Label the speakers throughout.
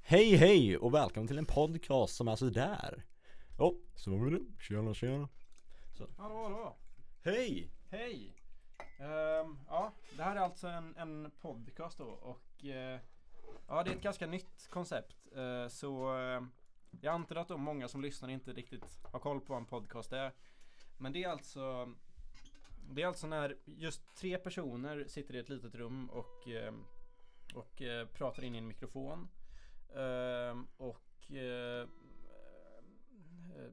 Speaker 1: Hej hej och välkommen till en podcast som är alltså sådär. Ja, oh, så var det. Tjena tjena.
Speaker 2: Hallå, hallå.
Speaker 1: Hej!
Speaker 2: Hej. Ehm, ja, det här är alltså en, en podcast då och eh, ja, det är ett ganska nytt koncept. Eh, så eh, jag antar att de många som lyssnar inte riktigt har koll på vad en podcast är. Men det är alltså det är alltså när just tre personer sitter i ett litet rum och, eh, och eh, pratar in i en mikrofon. Ehm, och eh, eh,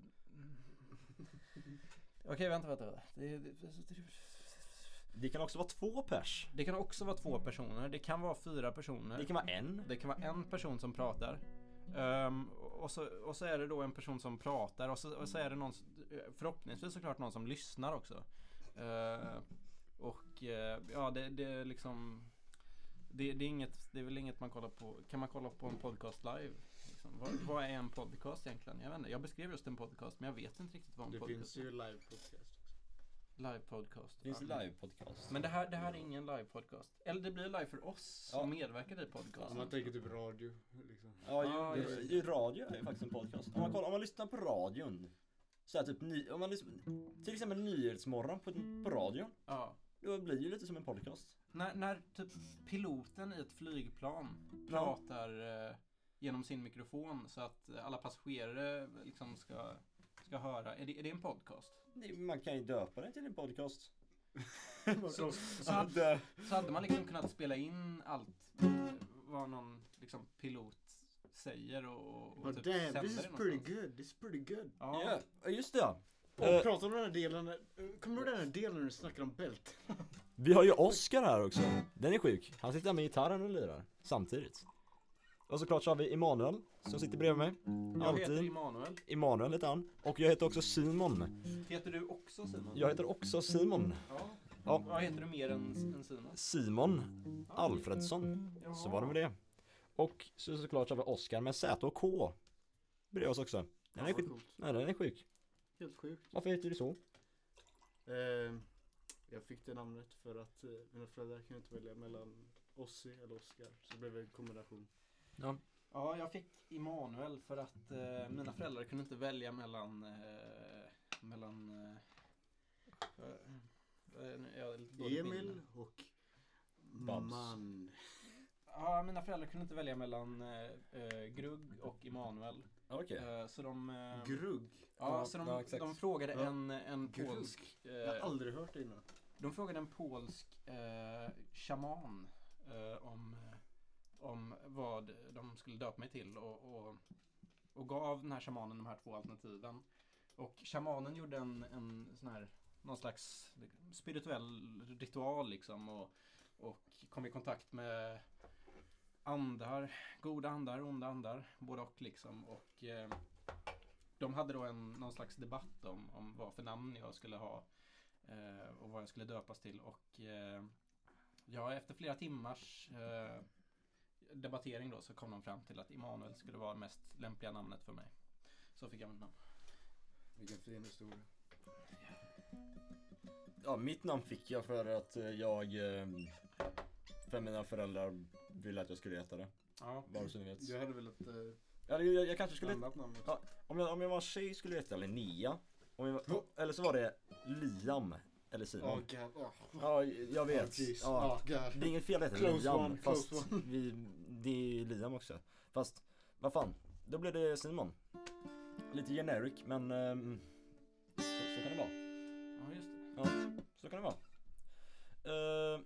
Speaker 2: Okej, vänta, vänta, vänta. Det, det,
Speaker 1: Det kan också vara två pers.
Speaker 2: det kan också vara två personer, det kan vara fyra personer.
Speaker 1: Det kan vara en.
Speaker 2: Det kan vara en person som pratar. Ehm, och, så, och så är det då en person som pratar och så, och så är det någon, s- förhoppningsvis såklart någon som lyssnar också. Ehm, och eh, ja, det, det är liksom det, det, är inget, det är väl inget man kollar på. Kan man kolla på en podcast live? Liksom? Vad, vad är en podcast egentligen? Jag vet inte. Jag beskrev just en podcast men jag vet inte riktigt vad en
Speaker 3: Det
Speaker 2: podcast
Speaker 3: finns
Speaker 2: är.
Speaker 3: ju live podcast också.
Speaker 2: Live podcast.
Speaker 1: Det finns
Speaker 2: Ja.
Speaker 1: live-podcast.
Speaker 2: Men det här, det här är ingen live-podcast. Eller det blir live för oss som medverkar i
Speaker 3: Om man
Speaker 2: podcasten.
Speaker 3: tänker typ radio. Liksom.
Speaker 1: Ja,
Speaker 2: Ah,
Speaker 1: ju,
Speaker 2: just
Speaker 1: ju radio är ju faktiskt en podcast. Om man, kollar, om man lyssnar på radion. Så här, typ ny, om man lyssnar, till exempel Nyhetsmorgon på, på radion.
Speaker 2: Ja.
Speaker 1: Då blir det ju lite som en podcast.
Speaker 2: När, när typ piloten i ett flygplan pratar eh, genom sin mikrofon så att eh, alla passagerare liksom ska, ska höra. Är det, är det en podcast?
Speaker 1: Det- Man kan ju döpa den till en podcast.
Speaker 2: Så,
Speaker 1: Ja,
Speaker 2: så, hade,
Speaker 1: det-
Speaker 2: så hade man liksom kunnat spela in allt eh, vad någon liksom, pilot säger och, och typ
Speaker 3: Oh, damn,
Speaker 2: sänder
Speaker 3: this is
Speaker 2: det
Speaker 3: pretty
Speaker 2: någonstans.
Speaker 3: good. This is pretty good.
Speaker 2: Ja.
Speaker 1: Ja, just det.
Speaker 3: Och
Speaker 1: Eh.
Speaker 3: prata om den här delen. eh, Kommer du ihåg den här delen när du snackade om bält?
Speaker 1: Vi har ju Oscar här också. Den är sjuk. Han sitter här med gitarren och lirar samtidigt. Och såklart så har vi Emanuel som sitter bredvid mig.
Speaker 2: Jag heter
Speaker 1: Alltid.
Speaker 2: Emanuel.
Speaker 1: Emanuel heter han. Och jag heter också Simon.
Speaker 2: Heter du också Simon?
Speaker 1: Jag heter också Simon.
Speaker 2: Ja.
Speaker 1: Ja.
Speaker 2: Vad heter du mer än, än Simon?
Speaker 1: Simon Alfredsson. Så var det med det. Och så såklart så har vi Oscar med Z och K. Bredvid oss också. Den är
Speaker 3: Ja,
Speaker 1: sjuk.
Speaker 3: coolt.
Speaker 1: Nej, den är sjuk.
Speaker 3: Helt sjukt.
Speaker 1: Varför heter du så?
Speaker 3: Eh, jag fick det namnet för att eh, mina föräldrar kunde inte välja mellan Ossi eller Oscar. Så det blev en kombination.
Speaker 2: Ja, jag fick Immanuel för att eh, mina föräldrar kunde inte välja mellan... Eh, mellan... Eh, eh, jag är lite dålig på
Speaker 3: Emil
Speaker 2: minnen.
Speaker 3: och
Speaker 1: Babs.
Speaker 3: man.
Speaker 2: Ja, mina föräldrar kunde inte välja mellan eh, eh, Grugg och Immanuel.
Speaker 1: Okej.
Speaker 2: Eh, så de...
Speaker 3: Ehm,
Speaker 2: Eh,
Speaker 3: Grugg.
Speaker 2: ja, så de,
Speaker 1: Ja, exakt.
Speaker 2: de frågade
Speaker 3: Ja.
Speaker 2: en, en
Speaker 3: Grugg.
Speaker 2: polsk...
Speaker 3: Jag har
Speaker 2: Eh,
Speaker 3: aldrig hört det innan.
Speaker 2: de frågade en polsk eh, shaman eh, om, om vad de skulle döpa mig till och, och, och gav den här shamanen de här två alternativen. Och shamanen gjorde en, en sån här, någon slags spirituell ritual liksom och, och kom i kontakt med andar, goda andar, onda andar, både och liksom. Och eh, de hade då en, någon slags debatt om, om vad för namn jag skulle ha eh, och vad jag skulle döpas till. Och eh, ja, efter flera timmars eh, debattering då så kom de fram till att Immanuel skulle vara det mest lämpliga namnet för mig. Så fick jag mitt namn.
Speaker 3: Vilken fin historia.
Speaker 1: Ja, mitt namn fick jag för att eh, jag... eh, För mina föräldrar ville att jag skulle heta det.
Speaker 2: Ja.
Speaker 1: Bara så ni vet.
Speaker 3: Jag hade velat eh,
Speaker 1: Ja, jag, jag kanske skulle...
Speaker 3: annat namn också.
Speaker 1: Ja, om, jag, om jag var tjej skulle jag heta Linnea. Om jag, var- eller så var det Liam. Eller
Speaker 3: Åh,
Speaker 1: Simon.
Speaker 3: god. Åh.
Speaker 1: Ja, jag vet.
Speaker 3: Oh, jeez.
Speaker 1: ja.
Speaker 3: Oh, God.
Speaker 1: Det är inget fel att heta
Speaker 3: Close
Speaker 1: Liam.
Speaker 3: one, close
Speaker 1: fast vi, det är ju Liam också. Fast, vad fan. Då blev det Simon. Lite generic, men... ehm, så, så kan det vara.
Speaker 2: ja, just det.
Speaker 1: Ja, så kan det vara. Eh,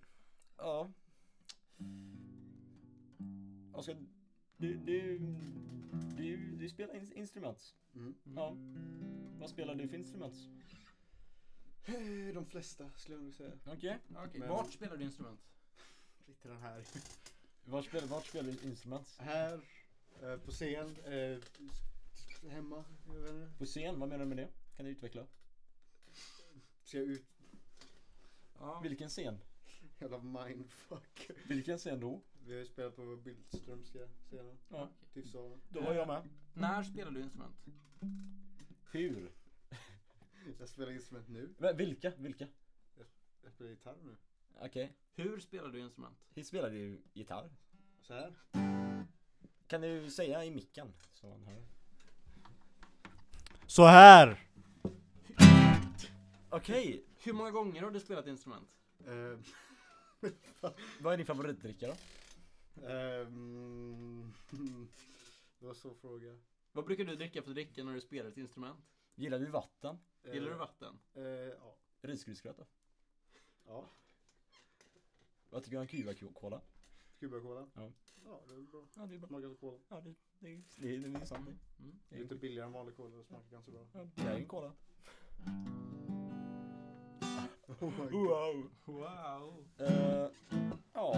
Speaker 1: ja. Oskar, du, du, du, du spelar in- instrument.
Speaker 3: Mm.
Speaker 1: Ja. Vad spelar du för instrument?
Speaker 3: De flesta skulle jag nog säga.
Speaker 1: Okej.
Speaker 2: Okej,
Speaker 3: Men-
Speaker 2: Vart spelar du instrument?
Speaker 3: Lite den här.
Speaker 1: Vart spelar, vart spelar du instrument?
Speaker 3: Här, eh, på scen, eh, s- hemma. Jag vet inte.
Speaker 1: På scen, vad menar du med det? Kan du utveckla?
Speaker 3: Ska jag ut?
Speaker 2: Ja.
Speaker 1: Vilken scen?
Speaker 3: Jävla mindfuck.
Speaker 1: Vilken scen då?
Speaker 3: Vi har ju spelat på Bildströmska scenen.
Speaker 1: Ja.
Speaker 3: Tiffsalen.
Speaker 1: Då var jag med.
Speaker 2: När spelar du instrument?
Speaker 1: Hur?
Speaker 3: Jag spelar instrument nu.
Speaker 1: Va, Vilka? Vilka?
Speaker 3: Jag spelar gitarr nu.
Speaker 1: Okej.
Speaker 2: Hur spelar du instrument?
Speaker 1: Hit spelar du gitarr.
Speaker 3: Så här.
Speaker 1: Kan du säga i micken? Så han hör.
Speaker 4: Så här!
Speaker 1: Okej,
Speaker 2: Hur många gånger har du spelat instrument?
Speaker 3: Eh,
Speaker 1: vad är din favoritdricka då?
Speaker 3: ehm, det var en svår fråga.
Speaker 2: Vad brukar du dricka för dricka när du spelar ett instrument?
Speaker 1: Gillar du vatten?
Speaker 2: Gillar du
Speaker 3: Eh,
Speaker 2: vatten?
Speaker 3: eh, ja.
Speaker 1: Risgrynsgröt då?
Speaker 3: ja.
Speaker 1: Vad tycker du om Cuba-cola?
Speaker 3: Cubacola.
Speaker 1: Ja.
Speaker 3: ja, det är bra.
Speaker 1: Ja, det är bra.
Speaker 3: Smakar som cola.
Speaker 1: Ja, det, det, det, det är sant.
Speaker 2: Mm.
Speaker 1: Det
Speaker 3: Lite
Speaker 1: är,
Speaker 3: billigare än vanlig cola och smakar ganska bra.
Speaker 1: ja, det är en cola.
Speaker 3: Oh my god.
Speaker 1: Wow.
Speaker 2: Wow!
Speaker 1: Eh, ja.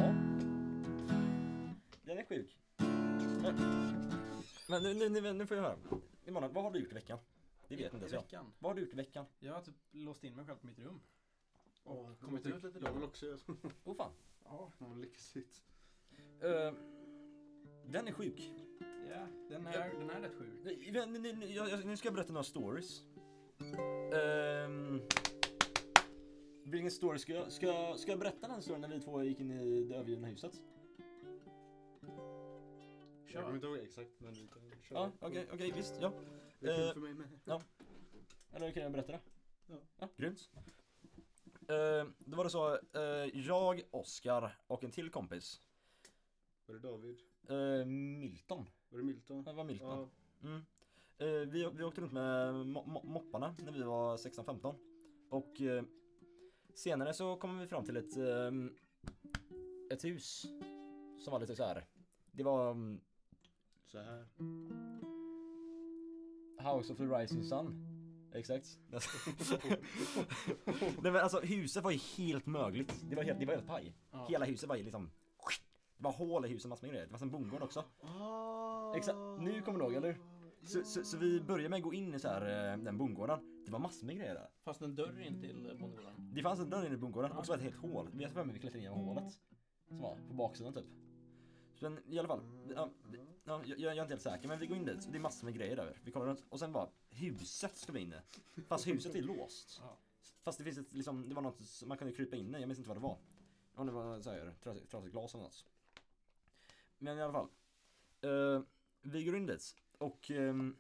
Speaker 1: Den är sjuk. Men, men nu, nu, nu, nu får jag höra. Imorgon, vad har du gjort i veckan? Det vet inte ens
Speaker 2: I
Speaker 1: jag.
Speaker 2: veckan.
Speaker 1: Vad har du gjort i veckan?
Speaker 2: Jag har typ låst in mig själv på mitt rum.
Speaker 3: Åh,
Speaker 2: Och kommit ut lite
Speaker 3: Jag vill
Speaker 2: då.
Speaker 3: också göra så.
Speaker 1: Oh fan.
Speaker 2: Ja,
Speaker 3: Vad lyxigt.
Speaker 1: Eh, den är sjuk.
Speaker 2: ja, den, är, den är rätt sjuk.
Speaker 1: Nej, men- nu- nu- jag- jag- Nu ska jag berätta några stories. Um, vilken story ska jag, ska, jag- ska jag berätta den storyn när vi två gick in i det övergivna huset?
Speaker 3: Jag kommer
Speaker 2: Kör.
Speaker 3: inte ihåg exakt men vi kan köra.
Speaker 1: Ja, okej, okej, visst, ja.
Speaker 3: Det
Speaker 1: Eh,
Speaker 3: är kul för mig med.
Speaker 1: Eller kan jag berätta det?
Speaker 3: Ja.
Speaker 1: ja grymt. Eh, då var det så, eh, jag, Oskar och en till kompis,
Speaker 3: Var det David?
Speaker 1: eh, Milton,
Speaker 3: Var det Milton?
Speaker 1: det var Milton.
Speaker 3: Ja.
Speaker 1: Mm. Eh, vi, vi åkte runt med mo- mo- mopparna när vi var 16-15. Och eh, senare så kom vi fram till ett, ehm, ett hus som var lite så här. Det var mm,
Speaker 3: Så här.
Speaker 1: House of the Rising Sun. Exakt. Nej men alltså huset var ju helt mögligt. Det var helt, det var helt paj.
Speaker 2: Ja.
Speaker 1: Hela huset var ju liksom Det var hål i huset, massor med grejer. Det fanns en bondgård också.
Speaker 3: Ah.
Speaker 1: Exakt, nu kommer du ihåg, eller Så, så, så vi började med att gå in i så här, eh, den bondgården. Det var massor med grejer där.
Speaker 2: Fast en dörr in till eh, bondgården.
Speaker 1: Det fanns en dörr inne i bondgården och så var det ett helt hål. Vi vet inte vem vi klättrade igenom hålet. Som var på baksidan typ. Men i alla fall. Ja, det- ja, jag, jag är inte helt säker men vi går in dit. Det är massor med grejer där. Vi kommer runt och sen bara huset ska vi in i. Fast huset är låst.
Speaker 2: Ja.
Speaker 1: Fast det finns ett liksom, det var något som man kunde krypa in i. Jag minns inte vad det var. Om det var så här trasigt, trasigt glas eller något. Men i alla fall. Eh, vi går in dit och ehm,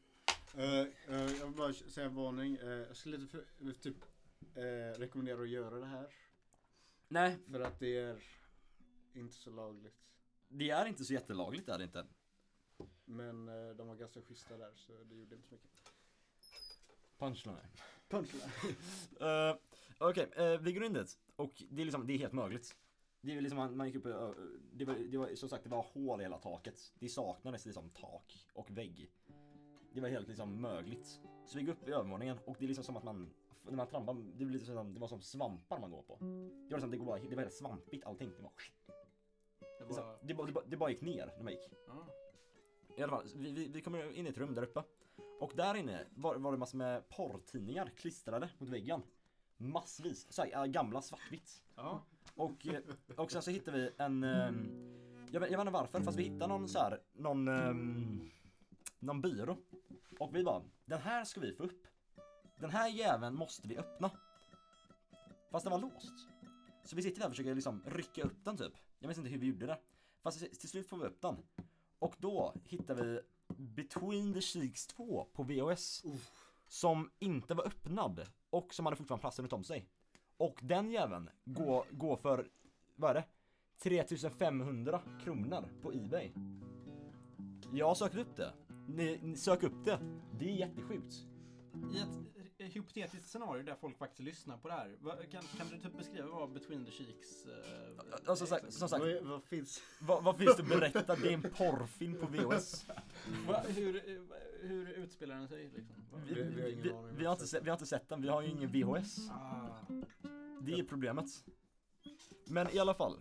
Speaker 3: Eh, eh, jag vill bara säga en varning. Eh, jag skulle lite för, typ eh, rekommendera att göra det här.
Speaker 1: nej,
Speaker 3: För att det är inte så lagligt.
Speaker 1: det är inte så jättelagligt det är det inte.
Speaker 3: Men eh, de var ganska schyssta där så det gjorde inte så mycket.
Speaker 1: Punchline.
Speaker 3: Punchline.
Speaker 1: Eh, Okej, eh, vi går in dit. Och det är liksom, det är helt mögligt. Det är liksom, man, man gick upp, eh, det var, det var som sagt det var hål i hela taket. Det saknades liksom tak och vägg. Det var helt liksom mögligt. Så vi går upp i övervåningen och det är liksom som att man, när man trampar, det blir liksom, som- det var som svampar man går på. Det var liksom, det, går bara, det var helt svampigt allting. Det, var,
Speaker 2: Det
Speaker 1: det,
Speaker 2: var...
Speaker 1: det, bara, det, bara, det bara gick ner när man gick.
Speaker 2: Ja.
Speaker 1: I alla fall, vi, vi, vi kommer in i ett rum där uppe. Och där inne var, var det massor med porrtidningar klistrade mot väggen. Massvis, så här, äh, gamla svartvitt.
Speaker 2: ja.
Speaker 1: Och, eh, och sen så hittade vi en, ehm, jag, vet- jag vet inte varför, fast vi hittade någon så här, någon, ehm, någon byrå. Och vi bara, den här ska vi få upp. Den här jäveln måste vi öppna. Fast den var låst. Så vi sitter där och försöker liksom rycka upp den typ. Jag minns inte hur vi gjorde det. Fast till slut får vi upp den. Och då hittar vi Between the Cheeks 2 på VHS. Som inte var öppnad och som hade fortfarande plast runt om sig. Och den jäveln går, går för, vad är det? 3500 kronor på Ebay. Jag har sökt upp det. Ni, ni sök upp det. Det är jättesjukt.
Speaker 2: I ett eh, hypotetiskt scenario där folk faktiskt lyssnar på det här, vad- kan, kan du typ beskriva vad Between the Cheeks... eh,
Speaker 1: Alltså, som
Speaker 2: exakt-
Speaker 1: sagt, som sagt
Speaker 3: Vad, vad finns?
Speaker 1: vad, vad finns det att berätta? Det är en porrfilm på VHS.
Speaker 2: Va, hur, eh, hur utspelar den sig liksom? Va-
Speaker 1: Vi, vi,
Speaker 3: Vi- vi har ingen
Speaker 1: vi,
Speaker 3: aning om
Speaker 1: vi, har inte sett, vi har inte sett den, vi har ju ingen VHS.
Speaker 2: Ah,
Speaker 1: Det är problemet. Men i alla fall.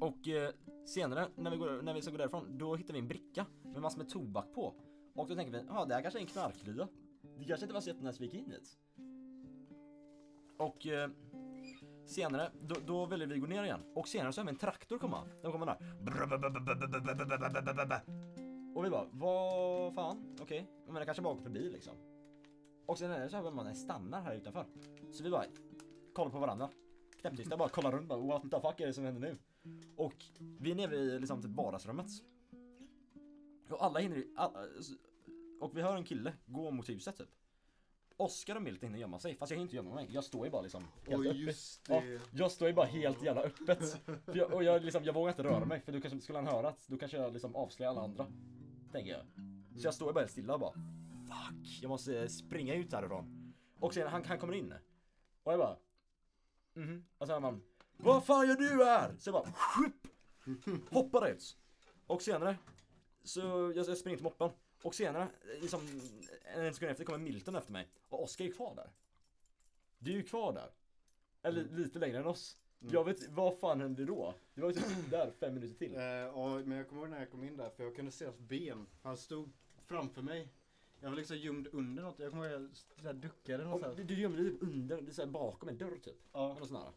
Speaker 1: Och eh, senare när vi, går, när vi ska gå därifrån, då hittar vi en bricka med massor med tobak på. Och då tänker vi, ja det här kanske är en knarklya. Det kanske inte var så jättenäs vi gick in hit. Och eh, senare, då, då väljer vi gå ner igen. Och senare så har vi en traktor komma. Den kommer där. Och vi bara, vad fan, okej. Men den kanske bara åker förbi liksom. Och sen är det så här, man stannar här utanför. Så vi bara, kollar på varandra. Knäpptysta, bara kollar runt bara what the fuck är det som händer nu? Och vi är nere vid liksom typ vardagsrummet. Och alla hinner ju- alla, Och vi hör en kille gå mot huset typ Oskar och Milt hinner gömma sig, fast jag hinner inte gömma mig Jag står ju bara liksom helt
Speaker 3: Och
Speaker 1: öppet.
Speaker 3: just
Speaker 1: Ja,
Speaker 3: det.
Speaker 1: Jag står ju bara helt jävla öppet För jag, Och jag, liksom, jag vågar inte röra mig för du kanske skulle han höra att Då kanske jag liksom avslöjar alla andra Tänker jag Så jag står ju bara helt stilla och bara Fuck, jag måste eh, springa ut härifrån Och sen han, han kommer in Och jag bara Mhm, och sen man Vad fan gör du här? Så jag bara Sjupp! Hoppar ut Och senare Så jag, jag springer till moppen Och senare, liksom en sekund efter kommer Milton efter mig Och Oskar är ju kvar där Du är ju kvar där eller lite längre än oss. Jag vet vad fan hände då? Det var ju typ där fem minuter till.
Speaker 3: Eh, ja, men jag kommer ihåg när jag kom in där för jag kunde se hans ben. Han stod framför mig. Jag var liksom gömd under något. Jag kommer ihåg att jag där duckade
Speaker 1: Och
Speaker 3: någonstans.
Speaker 1: du, du gömde dig typ under, det är så här bakom en dörr typ.
Speaker 3: Ja.
Speaker 1: Eller sån här.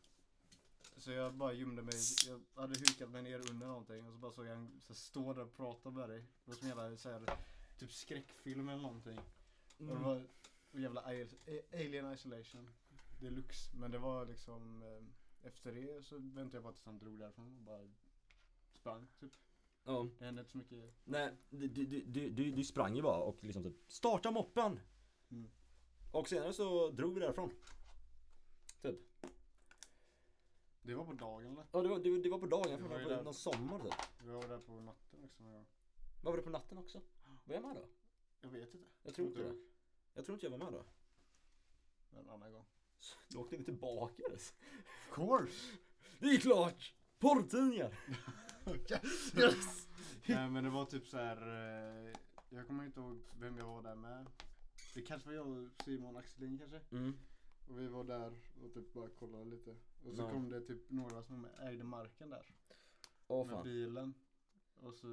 Speaker 3: Så jag bara gömde mig. Jag hade hukat mig ner under någonting och så bara såg jag han så här stå där och prata med dig. Det var som en jävla så här, typ skräckfilm eller någonting. Och det
Speaker 1: Mm.
Speaker 3: var och jävla i- a- alien isolation deluxe. Men det var liksom eh, efter det så väntade jag på att han drog därifrån och bara sprang typ.
Speaker 1: Ja.
Speaker 3: Det hände inte så mycket.
Speaker 1: Nej, du, du, du, du, du sprang ju bara och liksom typ starta moppen.
Speaker 3: Mm.
Speaker 1: Och senare så drog vi därifrån. Typ.
Speaker 3: Det var på dagen eller?
Speaker 1: Ja det var, det, det var på dagen,
Speaker 3: Det
Speaker 1: för
Speaker 3: var ju
Speaker 1: det var
Speaker 3: där.
Speaker 1: på någon sommar typ.
Speaker 3: Jag var där på natten liksom också. men Jag,
Speaker 1: Var var det på natten också? Var jag med då?
Speaker 3: jag vet inte.
Speaker 1: Jag tror inte det. Jag tror inte jag var med då.
Speaker 3: En annan gång.
Speaker 1: Då åkte vi tillbaka. alltså.
Speaker 3: Of course!
Speaker 1: Det är klart! Porrtidningar!
Speaker 3: yes! Nej men det var typ så här. eh, Jag kommer inte ihåg vem jag var där med. Det kanske var jag och Simon Axelin kanske.
Speaker 1: Mm.
Speaker 3: Och vi var där och typ bara kollade lite. Och så
Speaker 1: Ja.
Speaker 3: kom det typ några som ägde marken där.
Speaker 1: Åh
Speaker 3: med
Speaker 1: fan.
Speaker 3: bilen. Och så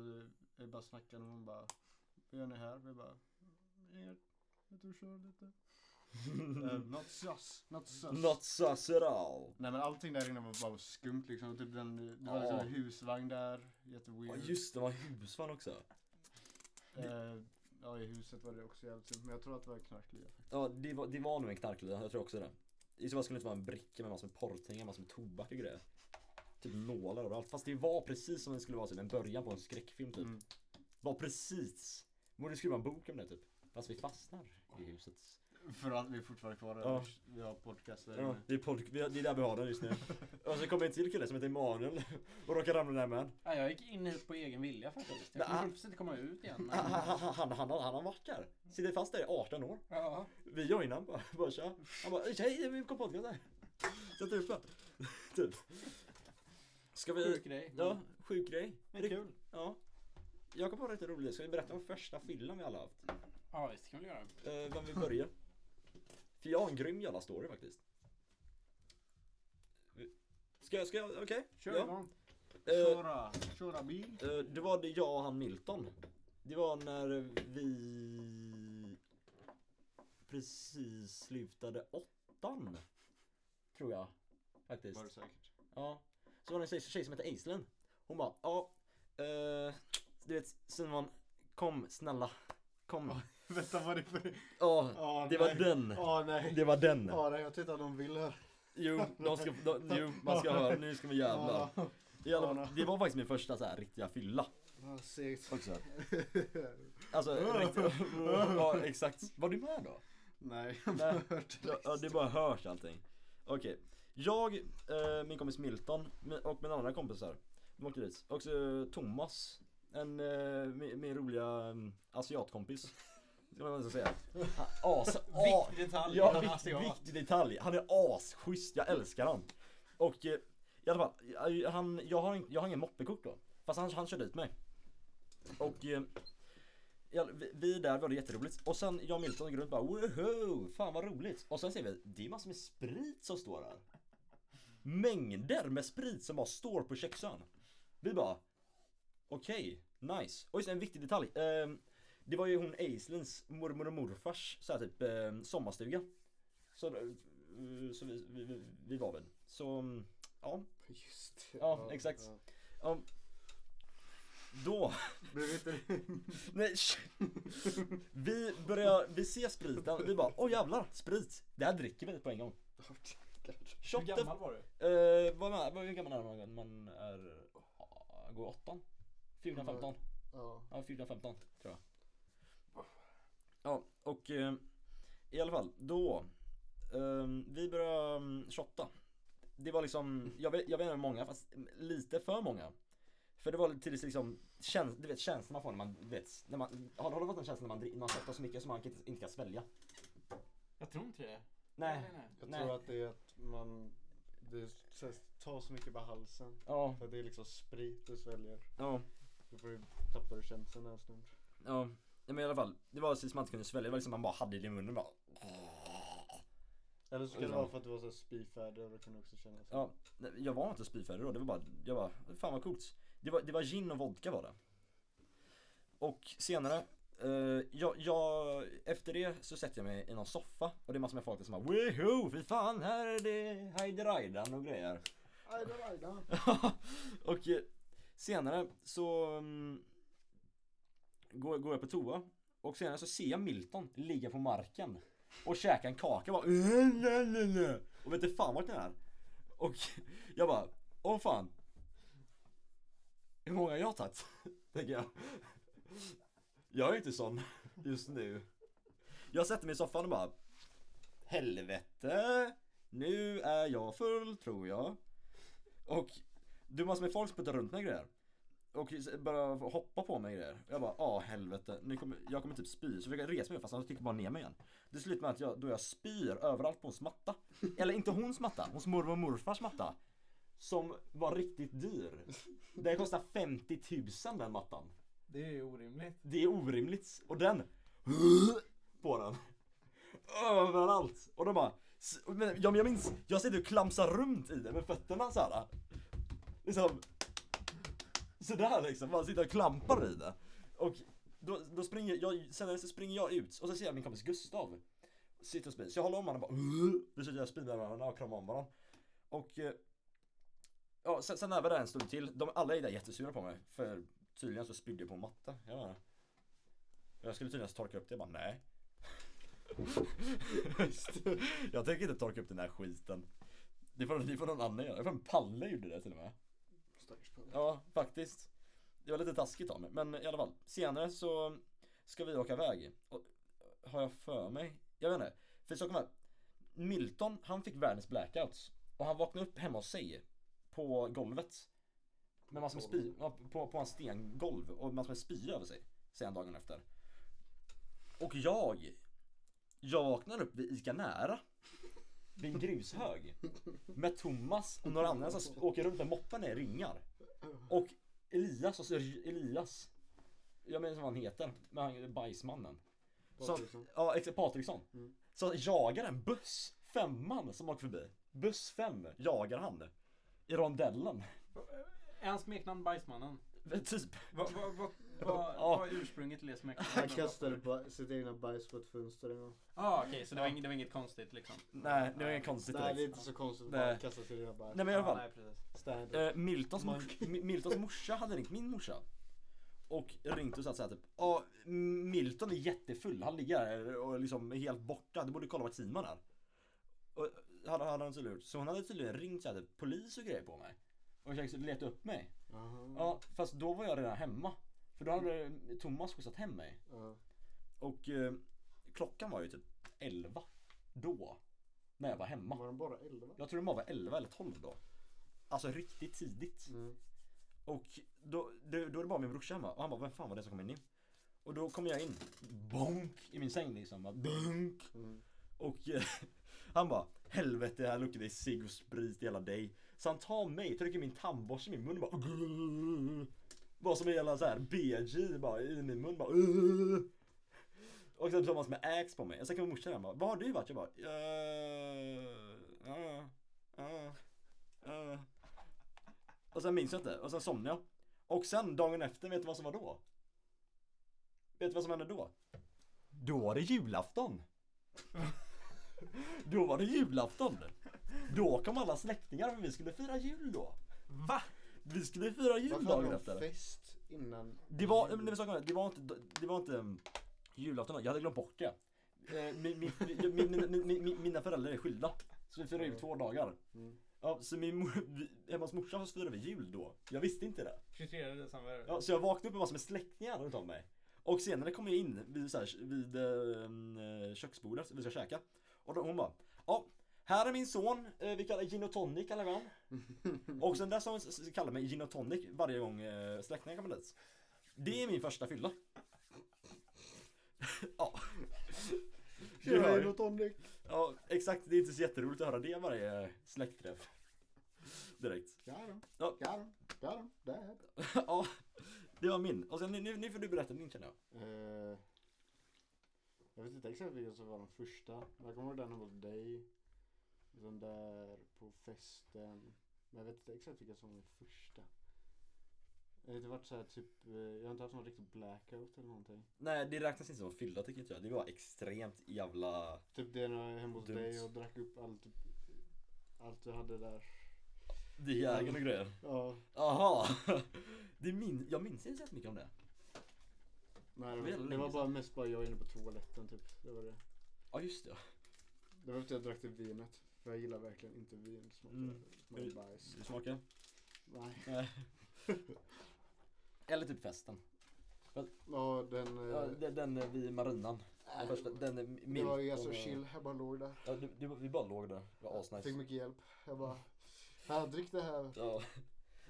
Speaker 3: vi bara snackade och hon bara Vad gör ni här? Vi bara Inget. Jag tror kör lite. uh, not sus. Not sus.
Speaker 1: Not sus at all.
Speaker 3: Nej men allting där inne var bara skumt liksom. Typ den, det var
Speaker 1: Ja.
Speaker 3: liksom en husvagn där. Jätteweird.
Speaker 1: Ja just det, det var husvagn också.
Speaker 3: Eh, ja i huset var det också jävligt skumt. Men jag tror att det var knarkliga.
Speaker 1: Ja, det var, det var nog en knarklida, jag tror också det. I så fall skulle det inte vara en bricka med massor med porrtidningar, massor med tobak och grejer. Typ nålar överallt. Fast det var precis som det skulle vara typ en början på en skräckfilm typ.
Speaker 3: Mm.
Speaker 1: Var precis. Borde skriva en bok om det typ. Fast vi fastnar i huset.
Speaker 3: För att vi är fortfarande kvar där.
Speaker 1: Ja.
Speaker 3: Vi har podcaster.
Speaker 1: Ja, det är, pod- vi har- det är där vi har den just nu. Och så kommer en till kille som heter Emanuel och råkar ramla där med.
Speaker 2: Ja, jag gick in hit på egen vilja faktiskt. Jag
Speaker 1: Men,
Speaker 2: kommer
Speaker 1: ah.
Speaker 2: precis inte komma ut igen. men-
Speaker 1: Han, han, han, han, han, han har varit där. Sitter fast där i 18 år.
Speaker 2: Ja.
Speaker 1: Vi joinar han bara, bara tja. Han bara hej, vi kom på podcast här. Sätt upp den. Typ. Ska vi...
Speaker 2: Sjuk grej.
Speaker 1: Ja, sjuk grej.
Speaker 2: Men kul.
Speaker 1: Ja. Jag kom på en riktigt rolig Ska vi berätta om första fyllan vi alla haft?
Speaker 2: Ja, visst det kan vi göra.
Speaker 1: Eh, vem vill börja? För jag har en grym jävla story faktiskt. Ska jag, ska jag, okej?
Speaker 2: Kör
Speaker 1: ja.
Speaker 2: igång.
Speaker 1: Eh,
Speaker 3: Köra. Köra bil.
Speaker 1: Eh, Det var det jag och han Milton. Det var när vi precis slutade åttan. Tror jag. Faktiskt.
Speaker 3: Var det säkert.
Speaker 1: Ja. Så var det en tjej, tjej som hette Aislinn. Hon bara, ja. eh, du vet Simon, kom snälla. Kom.
Speaker 3: Vänta vad det för...
Speaker 1: Ja,
Speaker 3: Ja,
Speaker 1: det var
Speaker 3: nej.
Speaker 1: den.
Speaker 3: Ja nej.
Speaker 1: Det var den.
Speaker 3: Ja nej jag tittar de vill här.
Speaker 1: Jo, de ska, de, jo, man ska höra. Nu ska man jävlar. I alla fall, Det var faktiskt min första så här riktiga fylla.
Speaker 3: Ja, segt.
Speaker 1: Också. Alltså, riktigt, ja, exakt. Var du med då?
Speaker 3: Nej, jag
Speaker 1: Nej.
Speaker 3: hörde
Speaker 1: Ja, ja, det bara hörs allting. Okej. Jag, eh, min kompis Milton mi- och mina andra kompisar. De åkte dit. Och så eh, Thomas. En, eh, min, min roliga um, asiatkompis. Ska man väl säga. Han- As, a,
Speaker 2: Viktig detalj.
Speaker 1: ja,
Speaker 2: Han
Speaker 1: vikt,
Speaker 2: asiat.
Speaker 1: viktig detalj. Han är asschysst. Jag älskar han. Och eh, i alla fall, jag- han, jag, har, ing- jag har ingen moppekort då. Fast han, han kör dit mig. Och eh, Ja, vi, vi där var det jätteroligt. Och sen jag och Milton går runt bara woho, fan vad roligt. Och sen ser vi, det är massor med sprit som står här. Mängder med sprit som bara står på köksön. Vi bara, okej, nice. Och just en viktig detalj. Ehm, det var ju hon Aislins mormor och morfars så här typ ehm, sommarstuga. Så, eh, så vi, vi, vi, vi var väl. Så mm, ja,
Speaker 3: Just det.
Speaker 1: Ja, exakt. ja. Då
Speaker 3: Blev inte det?
Speaker 1: Nej, sh- vi börjar, vi ser spriten, vi bara åh jävlar, sprit! Det här dricker vi på en gång.
Speaker 2: Hur
Speaker 1: Shot
Speaker 2: gammal var du?
Speaker 1: eh, vad, är man, vad är hur gammal är man när man är, ah, går åttan? 14, 15?
Speaker 3: Ja.
Speaker 1: Ja, 14-15 tror jag. Ja, och eh, i alla fall då. ehm, vi började um, shotta. Det var liksom, jag vet, jag vet inte hur många, fast lite för många. För det var lite tills liksom, käns, du vet känslan man får när man, du vet, när man, har, har du fått en känsla när man, dri- man shottar så mycket som man inte, inte kan svälja?
Speaker 2: Jag tror inte det.
Speaker 1: Nej.
Speaker 2: nej.
Speaker 3: Jag
Speaker 1: Nej.
Speaker 3: tror att det är att man det är så här, tar så mycket på halsen.
Speaker 1: Ja,
Speaker 3: För det är liksom sprit du sväljer.
Speaker 1: ja,
Speaker 3: Då får du tappar du känslan en stund.
Speaker 1: ja. Ja, men i alla fall, det var tills man inte kunde svälja, det var liksom man bara hade det i munnen bara.
Speaker 3: Eller så kan det
Speaker 1: Ja.
Speaker 3: vara för att du var så spyfärdig och då kunde du också känna så.
Speaker 1: Ja, nej, jag var inte spyfärdig då, det var bara, jag bara, fan vad coolt. Det var, det var gin och vodka var det. Och senare, eh, jag, jag, efter det så sätter jag mig i någon soffa och det är massor med folk där som bara Woohoo, fy fan här är det Heideraidan och grejer.
Speaker 3: Aj då, aj då.
Speaker 1: och eh, senare så mm, går, går jag på toa och senare så ser jag Milton ligga på marken och käka en kaka bara "Äh, och vet inte fan vart den är. Och jag bara, åh fan. Hur många har jag tagit? Tänker jag. Jag är inte sån just nu. Jag sätter mig i soffan och bara, helvete. Nu är jag full tror jag. Och du massor med folk sputtar runt mig grejer. Och s- börjar hoppa på mig grejer. Och jag bara, ah helvete. Nu kommer, jag kommer typ spy. Så fick jag resa mig upp, fast han tryckte bara ner mig igen. Det slutar med att jag, då jag spyr överallt på hons matta. Eller inte hons matta, hons mormor och morfars matta. Som var riktigt dyr. Den kostar 50 000 den mattan.
Speaker 2: Det är ju orimligt.
Speaker 1: Det är orimligt. Och den. På den. Överallt. Och de bara. s- Men jag, jag minns, jag sitter och klamsar runt i den med fötterna så här. Liksom. Sådär liksom, man sitter och klampar i det. Och då, då springer jag, sen så springer jag ut och så ser jag min kompis Gustav. Sitter och spyr. Så jag håller om honom och bara. Vi sitter och spyr med varandra och kramar om varandra. Och. eh, Ja, sen, sen är vi där en stund till. De, alla är där jättesura på mig. För tydligen så spydde jag på en matta. Jag vet inte. Jag skulle tydligen torka upp det, jag bara nej. Visst. jag tänker inte torka upp den här skiten. Det får, det får någon annan göra. Jag tror en Palle gjorde det till och med.
Speaker 3: Stackars Palle.
Speaker 1: Ja, faktiskt. Det var lite taskigt av mig. Men i alla fall, senare så ska vi åka iväg. Och, har jag för mig? Jag vet inte. För så kommer Milton, han fick världens blackouts. Och han vaknade upp hemma hos sig. På golvet. Med massor med spy, ja, på, på en stengolv och massor med spy över sig. Sen dagen efter. Och jag, jag vaknar upp vid ICA Nära. Vid en grushög. Med Thomas och några andra som sp- åker runt med moppen i ringar. Och Elias, alltså Elias. Jag menar som han heter, men han bajsmannen.
Speaker 3: Patriksson.
Speaker 1: Som, ja, exakt, Patriksson.
Speaker 3: Mm.
Speaker 1: Så jagar en buss, femman som åker förbi. Buss fem jagar han. I rondellen.
Speaker 2: Är hans smeknamn Bajsmannen?
Speaker 1: typ.
Speaker 2: Vad vad- vad- vad-
Speaker 1: Ja.
Speaker 2: vad är ursprunget till det
Speaker 3: Han
Speaker 2: smeknamnet?
Speaker 3: kastade ba- sitt egna bajs på ett fönster en gång.
Speaker 2: ah, okej, så det var, inget, det var inget konstigt liksom?
Speaker 1: Nej, det var inget konstigt
Speaker 3: Nej det är
Speaker 1: direkt.
Speaker 3: inte så konstigt att
Speaker 1: Nej.
Speaker 3: bara kasta sitt egna bajs.
Speaker 1: Nej men i alla fall.
Speaker 2: Ja, nej, precis.
Speaker 3: Stand
Speaker 1: Eh, Miltons, mors, Mi- Miltons morsa hade ringt min morsa. Och ringt och sagt såhär typ. Ja, Milton är jättefull. Han ligger här och liksom är helt borta. Du borde kolla vart Simon är. Och eh, hade, hade han tydligen gjort. Så hon hade tydligen ringt såhär typ polis och grejer på mig. Och försökt leta upp mig.
Speaker 3: Aha.
Speaker 1: Ja, fast då var jag redan hemma. För då hade Thomas skjutsat hem mig.
Speaker 3: Ja.
Speaker 1: Och eh, klockan var ju typ 11. Då. När jag var hemma.
Speaker 3: Var de bara 11?
Speaker 1: Jag tror de bara var 11 eller 12 då. Alltså riktigt tidigt.
Speaker 3: Mm.
Speaker 1: Och då, då, då är det bara min brorsa hemma och han bara vem fan var det som kom in nu? Och då kom jag in, bonk i min säng liksom, bara, dunk.
Speaker 3: Mm.
Speaker 1: Och eh, han bara helvete här luktar det cigg och sprit i hela dig. Så han tar mig, trycker min tandborste i min mun och bara Bara som en jävla såhär BG bara i min mun bara Och sen tillsammans med Axe på mig. Och sen kommer morsan hem och bara Var har du varit? Jag bara "Eh, eh, eh, eh." Och sen minns jag inte. Och sen somnade jag. Och sen dagen efter, vet du vad som var då? Vet du vad som hände då? Då var det julafton. då var det julafton. Då kom alla släktingar men vi skulle fira jul då.
Speaker 2: Va?
Speaker 1: Vi skulle fira jul
Speaker 3: Varför hade
Speaker 1: dagen
Speaker 3: de
Speaker 1: efter.
Speaker 3: fest innan?
Speaker 1: Det var, men det, var saker, det var inte, det var inte um, julafton, jag hade glömt bort det. Eh, min, min, min, min, min, min, mina föräldrar är skilda. Så vi firade jul två dagar.
Speaker 3: Mm.
Speaker 1: Ja, så min mor, vi- hemma hos morsan så firade vi jul då. Jag visste inte det.
Speaker 2: 23 december.
Speaker 1: Ja, så jag vaknade upp med massor med släktingar runt om mig. Och senare kom jag in vid, så här, vid eh, köksbordet, vi ska käka. Och då, hon bara, ja, här är min son, eh, vi kallar gin och tonic kallar vi han. Och sen dess har hon s- s- kallat mig gin och tonic varje gång eh, släktingar kommer dit. Det är min första fylla. ja. Du hör ju.
Speaker 3: tonic.
Speaker 1: ja, exakt. Det är inte så jätteroligt att höra det varje eh, släktträff. Direkt.
Speaker 3: Got him.
Speaker 1: Ja.
Speaker 3: Got him. Got him. Dad.
Speaker 1: ja, det var min. Och sen, nu, nu får du berätta din känner jag.
Speaker 3: Eh, jag vet inte exakt vilken som var den första. Men jag kommer ihåg den hemma hos dig. Och Den där på festen. Men jag vet inte exakt vilken som var den första. Jag har inte varit så här typ, eh, jag har inte haft någon riktig blackout eller någonting.
Speaker 1: Nej, det räknas inte som fylla tycker inte jag. Det var extremt jävla...
Speaker 3: Typ det när jag var hemma hos
Speaker 1: Dumt.
Speaker 3: dig och drack upp allt, typ, allt du hade där.
Speaker 1: Det är jägen och grejer.
Speaker 3: Ja,
Speaker 1: Aha. Det min... Jag minns inte så mycket om det.
Speaker 3: nej,
Speaker 1: Det var
Speaker 3: det, var, det
Speaker 1: länge
Speaker 3: var
Speaker 1: sedan.
Speaker 3: bara mest bara jag inne på toaletten typ. Det var det.
Speaker 1: Ja, just det.
Speaker 3: Det var efter jag drack det vinet. För jag gillar verkligen inte vin. Det smakar,
Speaker 1: Mm.
Speaker 3: smakar bajs.
Speaker 1: Du smakar?
Speaker 3: Nej.
Speaker 1: Eller typ festen.
Speaker 3: Ja, den... eh,
Speaker 1: Ja, den, den vid marinan. Den första, den är mild.
Speaker 3: Äh, det var ju ganska
Speaker 1: Den, eh,
Speaker 3: chill, jag bara låg där.
Speaker 1: Ja, du, du, vi bara låg där. Det var asnice.
Speaker 3: Fick mycket hjälp. Jag bara, här drick det här.
Speaker 1: Ja.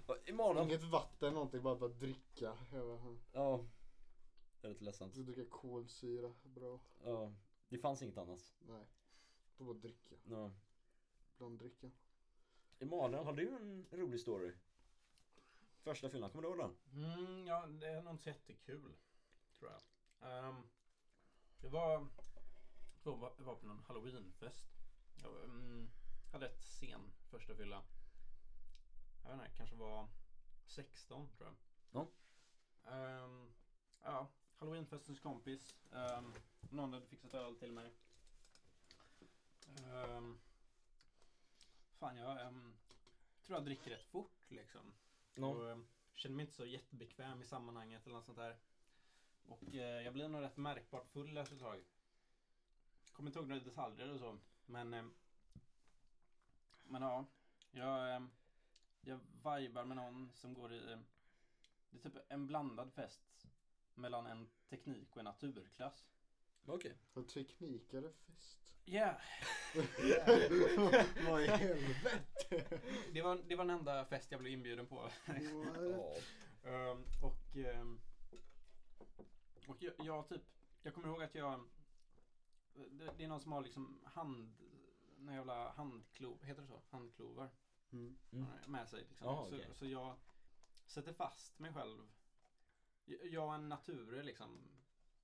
Speaker 1: Ja, Imorgon.
Speaker 3: Inget vatten någonting, bara, bara dricka. Jag bara, "Hm,
Speaker 1: Ja. Det är lite
Speaker 3: jag
Speaker 1: ledsamt.
Speaker 3: ska dricka kolsyra, bra.
Speaker 1: Ja. Det fanns inget annat.
Speaker 3: Nej, då bara dricka,
Speaker 1: Ja.
Speaker 3: blanddricka.
Speaker 1: Emanuel, har du en rolig story? Första fyllan, kommer du ihåg den?
Speaker 2: Mm, ja, det är nog inte så jättekul. Tror jag. Ehm, det var... Jag var, jag var på någon halloweenfest. Jag var, mm, hade ett sen första fylla. Jag vet inte, kanske var 16 tror jag.
Speaker 1: Ja.
Speaker 2: Ehm, ja, halloweenfestens kompis. Ehm, någon hade fixat öl till mig. Ehm, fan, jag ehm, tror jag dricker rätt fort liksom. Och, eh, känner mig inte så jättebekväm i sammanhanget eller något sånt där. Och eh, jag blir nog rätt märkbart full efter ett tag. Kommer inte ihåg några detaljer och så. Men, eh, men ja. Jag, eh, jag vibar med någon som går i... eh, Det är typ en blandad fest mellan en teknik och en naturklass.
Speaker 1: Okej.
Speaker 3: En teknikare fest.
Speaker 2: Yeah!
Speaker 3: Vad i helvete?
Speaker 2: Det var, det var den enda fest jag blev inbjuden på.
Speaker 1: Ja.
Speaker 2: Ehm, och ehm, och jag, jag typ, jag kommer ihåg att jag, det, det är någon som har liksom hand, någon jävla handklo, heter det så? Handklovar
Speaker 3: Mm.
Speaker 1: Mm.
Speaker 2: eh, med sig. Liksom.
Speaker 1: Jaha,
Speaker 2: så,
Speaker 1: okej.
Speaker 2: så jag sätter fast mig själv. Jag jag och en natur liksom.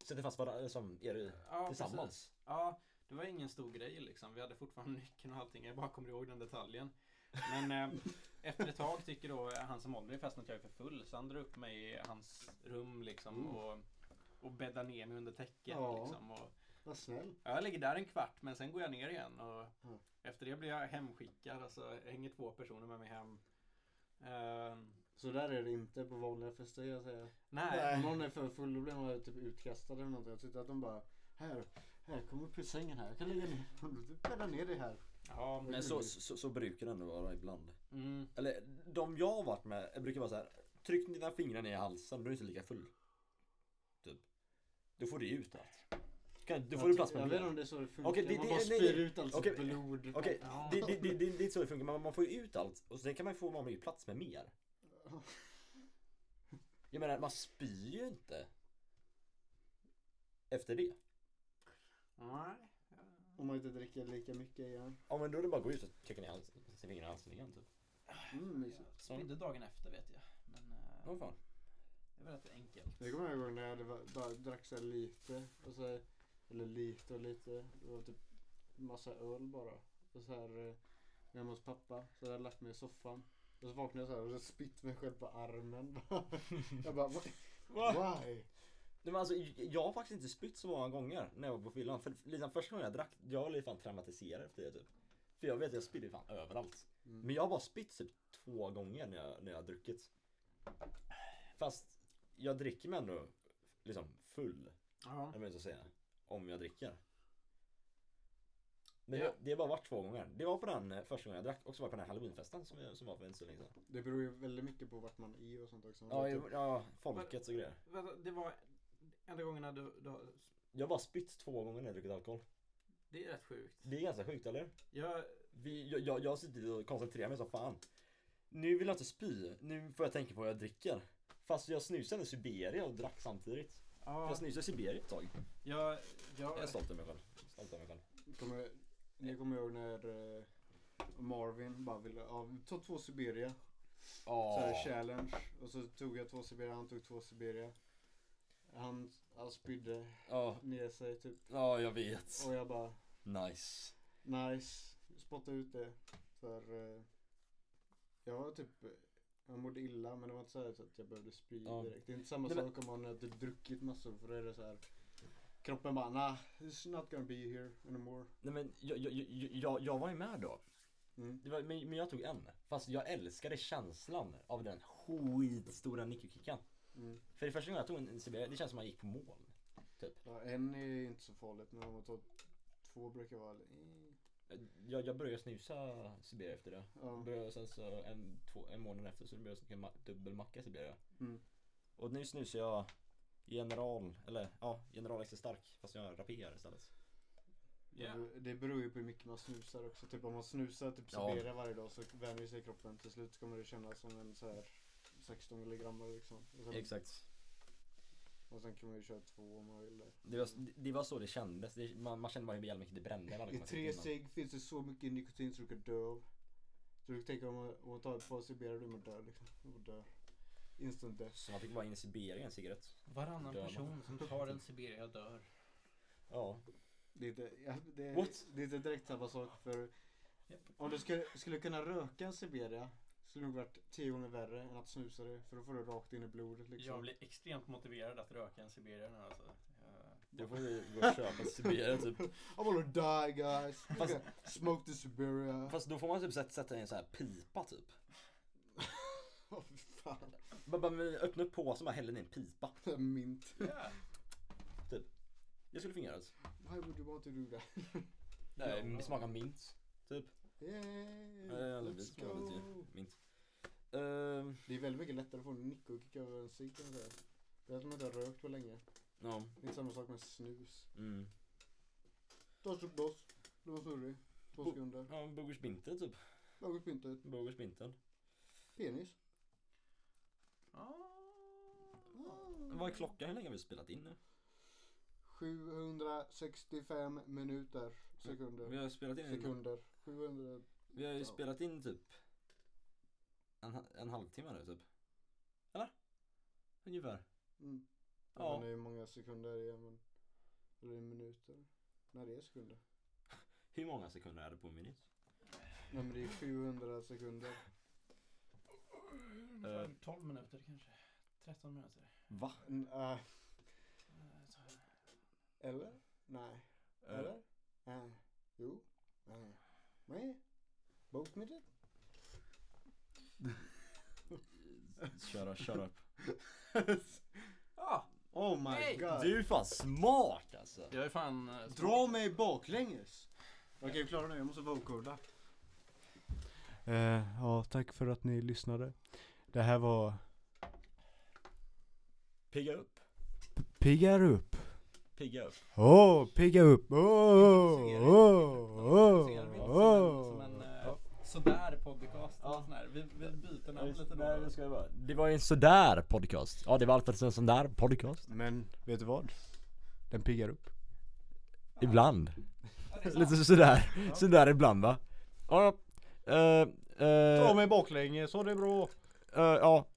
Speaker 1: Sätter fast varandra som er i-
Speaker 2: Ja, precis.
Speaker 1: tillsammans.
Speaker 2: Ja, det var ingen stor grej liksom. Vi hade fortfarande nyckeln och allting. Jag bara kommer ihåg den detaljen. Men eh, efter ett tag tycker då han som håller i festen att jag är för full. Så han drar upp mig i hans rum liksom
Speaker 3: Mm.
Speaker 2: och, och bäddar ner mig under täcket.
Speaker 3: Ja.
Speaker 2: Liksom, och,
Speaker 3: Vad snäll.
Speaker 2: ja, jag ligger där en kvart men sen går jag ner igen. Och
Speaker 3: Mm.
Speaker 2: Efter det blir jag hemskickad. Alltså jag hänger två personer med mig hem. Eh,
Speaker 3: Så där är det inte på vanliga fester jag säger.
Speaker 2: nej.
Speaker 3: Om någon är för full då blir man typ utkastad eller någonting. Jag tyckte att de bara, här, här kom upp ur sängen här. Jag kan lägga ner, du bäddar ner dig här.
Speaker 2: Ja, men,
Speaker 1: Men
Speaker 3: Mm.
Speaker 1: så, så, så brukar det ändå vara ibland.
Speaker 2: mm,
Speaker 1: Eller de jag har varit med brukar vara så här. Tryck dina fingrar ner i halsen, då är du inte lika full. Typ. Då får du ut allt. Kan- Då får
Speaker 3: Jag
Speaker 1: du
Speaker 3: ty-
Speaker 1: plats med
Speaker 3: Jag vet inte
Speaker 1: mer.
Speaker 3: om det är så det funkar.
Speaker 1: Okej, det-
Speaker 3: man
Speaker 1: det-
Speaker 3: bara
Speaker 1: nej,
Speaker 3: spyr
Speaker 1: nej.
Speaker 3: ut allt
Speaker 1: Okej,
Speaker 3: sitt blod.
Speaker 1: Okej,
Speaker 2: Ja.
Speaker 1: det, det, det, det, det är inte så det funkar, men man får ju ut allt. Och sen kan man ju få man har ju plats med mer. Jag menar, man spyr ju inte. Efter det.
Speaker 2: nej.
Speaker 3: Om man inte dricker lika mycket igen.
Speaker 1: Ja men då är det bara att gå ut och trycka ner halsen, sin finger i halsen igen typ.
Speaker 3: Mm,
Speaker 2: Jag
Speaker 3: mysigt.
Speaker 2: spydde dagen efter vet jag. Men eh,
Speaker 1: Vad fan.
Speaker 2: det var rätt enkelt.
Speaker 3: Jag kommer ihåg när jag hade va- bara drack så här lite. Och så, eller lite och lite. Det var typ massa öl bara. Och så här eh, hemma hos pappa. Så hade jag lagt mig i soffan. Och så vaknade jag så här och så spitt mig själv på armen. jag bara, "Why? why?
Speaker 1: Nej, men alltså, jag har faktiskt inte spytt så många gånger när jag var på fyllan. För liksom, första gången jag drack, jag blev fan traumatiserad efter det typ. För jag vet, jag spydde fan överallt.
Speaker 3: Mm.
Speaker 1: Men jag har bara spytt typ två gånger när jag, när jag har druckit. Fast jag dricker mig ändå liksom full,
Speaker 2: Ja.
Speaker 1: jag vill inte säga. Om jag dricker. Men
Speaker 2: Ja.
Speaker 1: det, det har bara varit två gånger. Det var på den eh, första gången jag drack och så var det på den här halloweenfesten som, vi- som var för inte så länge sedan. liksom.
Speaker 3: Det beror ju väldigt mycket på vart man är och sånt också.
Speaker 1: Ja,
Speaker 3: typ,
Speaker 1: jag- ja folkets och grejer.
Speaker 2: Vänta, det var enda gången när du, du har-
Speaker 1: Jag har bara spytt två gånger när jag druckit alkohol.
Speaker 2: Det är rätt sjukt.
Speaker 1: Det är ganska sjukt eller?
Speaker 2: Jag,
Speaker 1: Vi, jag, jag, jag har suttit och koncentrerat mig som fan. Nu vill jag inte spy. Nu får jag tänka på vad jag dricker. Fast jag snusade i Siberia och drack samtidigt.
Speaker 2: ja,
Speaker 1: Jag snusade i Siberia ett tag.
Speaker 2: jag,
Speaker 1: Jag är
Speaker 2: jag,
Speaker 1: stolt över mig själv. Stolt över mig själv.
Speaker 3: kommer, ni kommer ihåg när eh, Marvin bara ville, ja, ta två Siberia. Så här challenge. Och så tog jag två Siberia, han tog två Siberia. Han, han spydde
Speaker 1: Ja,
Speaker 3: ner sig typ.
Speaker 1: ja jag vet.
Speaker 3: Och jag bara,
Speaker 1: Nice.
Speaker 3: nice. Spotta ut det. För eh, jag var typ, jag mådde illa men det var inte så här så att jag behövde spy
Speaker 1: Ja.
Speaker 3: direkt. Det är inte samma
Speaker 1: Nej, men-
Speaker 3: sak om man har typ druckit massor för då är det så här. Kroppen bara, nah, it's not gonna be here anymore.
Speaker 1: Nej men jag, jag, jag, jag, jag var ju med då.
Speaker 3: Mm.
Speaker 1: Det var, men, men jag tog en. Fast jag älskade känslan av den skitstora nickelkicken.
Speaker 3: Mm.
Speaker 1: För det första gången jag tog en, en Siberia, det känns som att man gick på moln.
Speaker 3: Ja, en är inte så farligt men om man tar två brukar vara lite-
Speaker 1: Jag, jag började snusa Siberia efter det.
Speaker 3: ja.
Speaker 1: Började, sen så en, två, en månad efter så började jag snacka ma- dubbelmacka Siberia.
Speaker 3: Mm.
Speaker 1: Och nu snusar jag General, eller ja, General extra stark. Fast jag raperar istället.
Speaker 2: Ja.
Speaker 3: Det- Det beror ju på hur mycket man snusar också. Typ om man snusar typ
Speaker 1: Ja.
Speaker 3: Siberia varje dag så vänjer sig kroppen. Till slut kommer det kännas som en så här 16 milligram liksom. Och sen,
Speaker 1: Exakt.
Speaker 3: och sen kan man ju köra två om man vill det.
Speaker 1: Det var, det var så det kändes. Det, man, man kände bara hur jävla mycket det brände. varje
Speaker 3: I
Speaker 1: gång man
Speaker 3: tre
Speaker 1: satt innan.
Speaker 3: steg finns det så mycket nikotin så du kan dö av. Så du tänker om man, om man tar ett par Siberia då man dör liksom. Man dör. Instant death.
Speaker 1: Så man fick bara in i Siberia en cigarett.
Speaker 2: Varannan
Speaker 1: Dör man.
Speaker 2: person som tar en Siberia dör.
Speaker 1: Ja.
Speaker 3: Det är inte, ja, det,
Speaker 1: What?
Speaker 3: det är inte direkt samma sak för
Speaker 2: Japp.
Speaker 3: om du skulle, skulle kunna röka en Siberia skulle det nog varit tio gånger värre än att snusa det för då får du rakt in i blodet liksom.
Speaker 2: Jag blir extremt motiverad att röka en Siberia nu alltså. Eh,
Speaker 1: Då får vi gå och köpa Siberia typ.
Speaker 3: I wanna die guys.
Speaker 1: Fast-
Speaker 3: Okay. Smoke the Siberia.
Speaker 1: Fast då får man typ sätta, sätta i en sån här pipa typ.
Speaker 3: Åh fy fan.
Speaker 1: Bara, bara, men öppna upp påsen och bara häller ner en pipa.
Speaker 3: Det är Mint.
Speaker 2: ja.
Speaker 1: Det skulle fungera. alltså.
Speaker 3: Why would you want to do that?
Speaker 1: Nej, smaka mint. Typ.
Speaker 3: Yay,
Speaker 1: Ja, ja, det blir
Speaker 3: let's
Speaker 1: smart, det blir.
Speaker 3: go.
Speaker 1: Mint. Ehm,
Speaker 3: Det är väldigt mycket lättare att få en nickokick över en cigg kan man säga. Det är att man inte har rökt på länge.
Speaker 1: ja.
Speaker 3: Det är inte samma sak med snus.
Speaker 1: Mm.
Speaker 3: Ta upp blås. Blås ur dig. Två
Speaker 2: Oh.
Speaker 1: Bo-
Speaker 3: sekunder.
Speaker 1: Ja, Bogers minten typ.
Speaker 3: Laga pyntet.
Speaker 1: Bogers minten.
Speaker 3: Penis.
Speaker 2: Eh.
Speaker 1: Vad är klockan? Hur länge har vi spelat in nu?
Speaker 3: 765 minuter.
Speaker 1: Vi
Speaker 3: Sekunder.
Speaker 1: har spelat in,
Speaker 3: Sekunder. 700.
Speaker 1: vi har ju
Speaker 3: Ja.
Speaker 1: spelat in typ en, ha- en halvtimme nu typ. Eller? Ungefär.
Speaker 3: Mm. Jag
Speaker 1: Ja.
Speaker 3: vet inte hur många sekunder det är men... Eller minuter. Nej det är sekunder.
Speaker 1: Hur många sekunder är det på en minut?
Speaker 3: Nej men det är 700 sekunder.
Speaker 2: Ungefär 12 minuter kanske. 13 minuter.
Speaker 1: Va?
Speaker 3: N- äh,
Speaker 2: Eh, så här.
Speaker 3: eller? Nej.
Speaker 1: Äh.
Speaker 3: Eller? Nej. Jo. Nej. Nej. Bokmiddag?
Speaker 1: Eh, Köra, köra upp.
Speaker 2: Ja,
Speaker 3: Oh my
Speaker 2: Nej!
Speaker 3: god.
Speaker 1: Du är fan smart alltså.
Speaker 2: jag är fan... eh,
Speaker 3: Dra mig baklänges. Okej, vi klarar nu. Jag måste vocoda. Eh, ja, tack för att ni lyssnade. Det här var
Speaker 1: Pigga upp.
Speaker 3: Piggar upp.
Speaker 1: Pigga upp.
Speaker 3: Åh, pigga upp. Åh,
Speaker 2: Ser- ser vi inte som en- som en, eh, Sådär podcast.
Speaker 1: Ja.
Speaker 2: Ja. Sån här. Vi, vi byter namn lite då.
Speaker 1: Nej, det ska jag bara. Det var ju en sådär podcast. Ja, det var alltid en sån där podcast.
Speaker 3: Men, vet du vad? Den piggar upp.
Speaker 1: Ibland.
Speaker 2: Ja, det är sant.
Speaker 1: Lite sådär. Sådär ibland va? Ja, ja. Eh, eh,
Speaker 3: mig baklänges, så det är bra.
Speaker 1: eh, ja.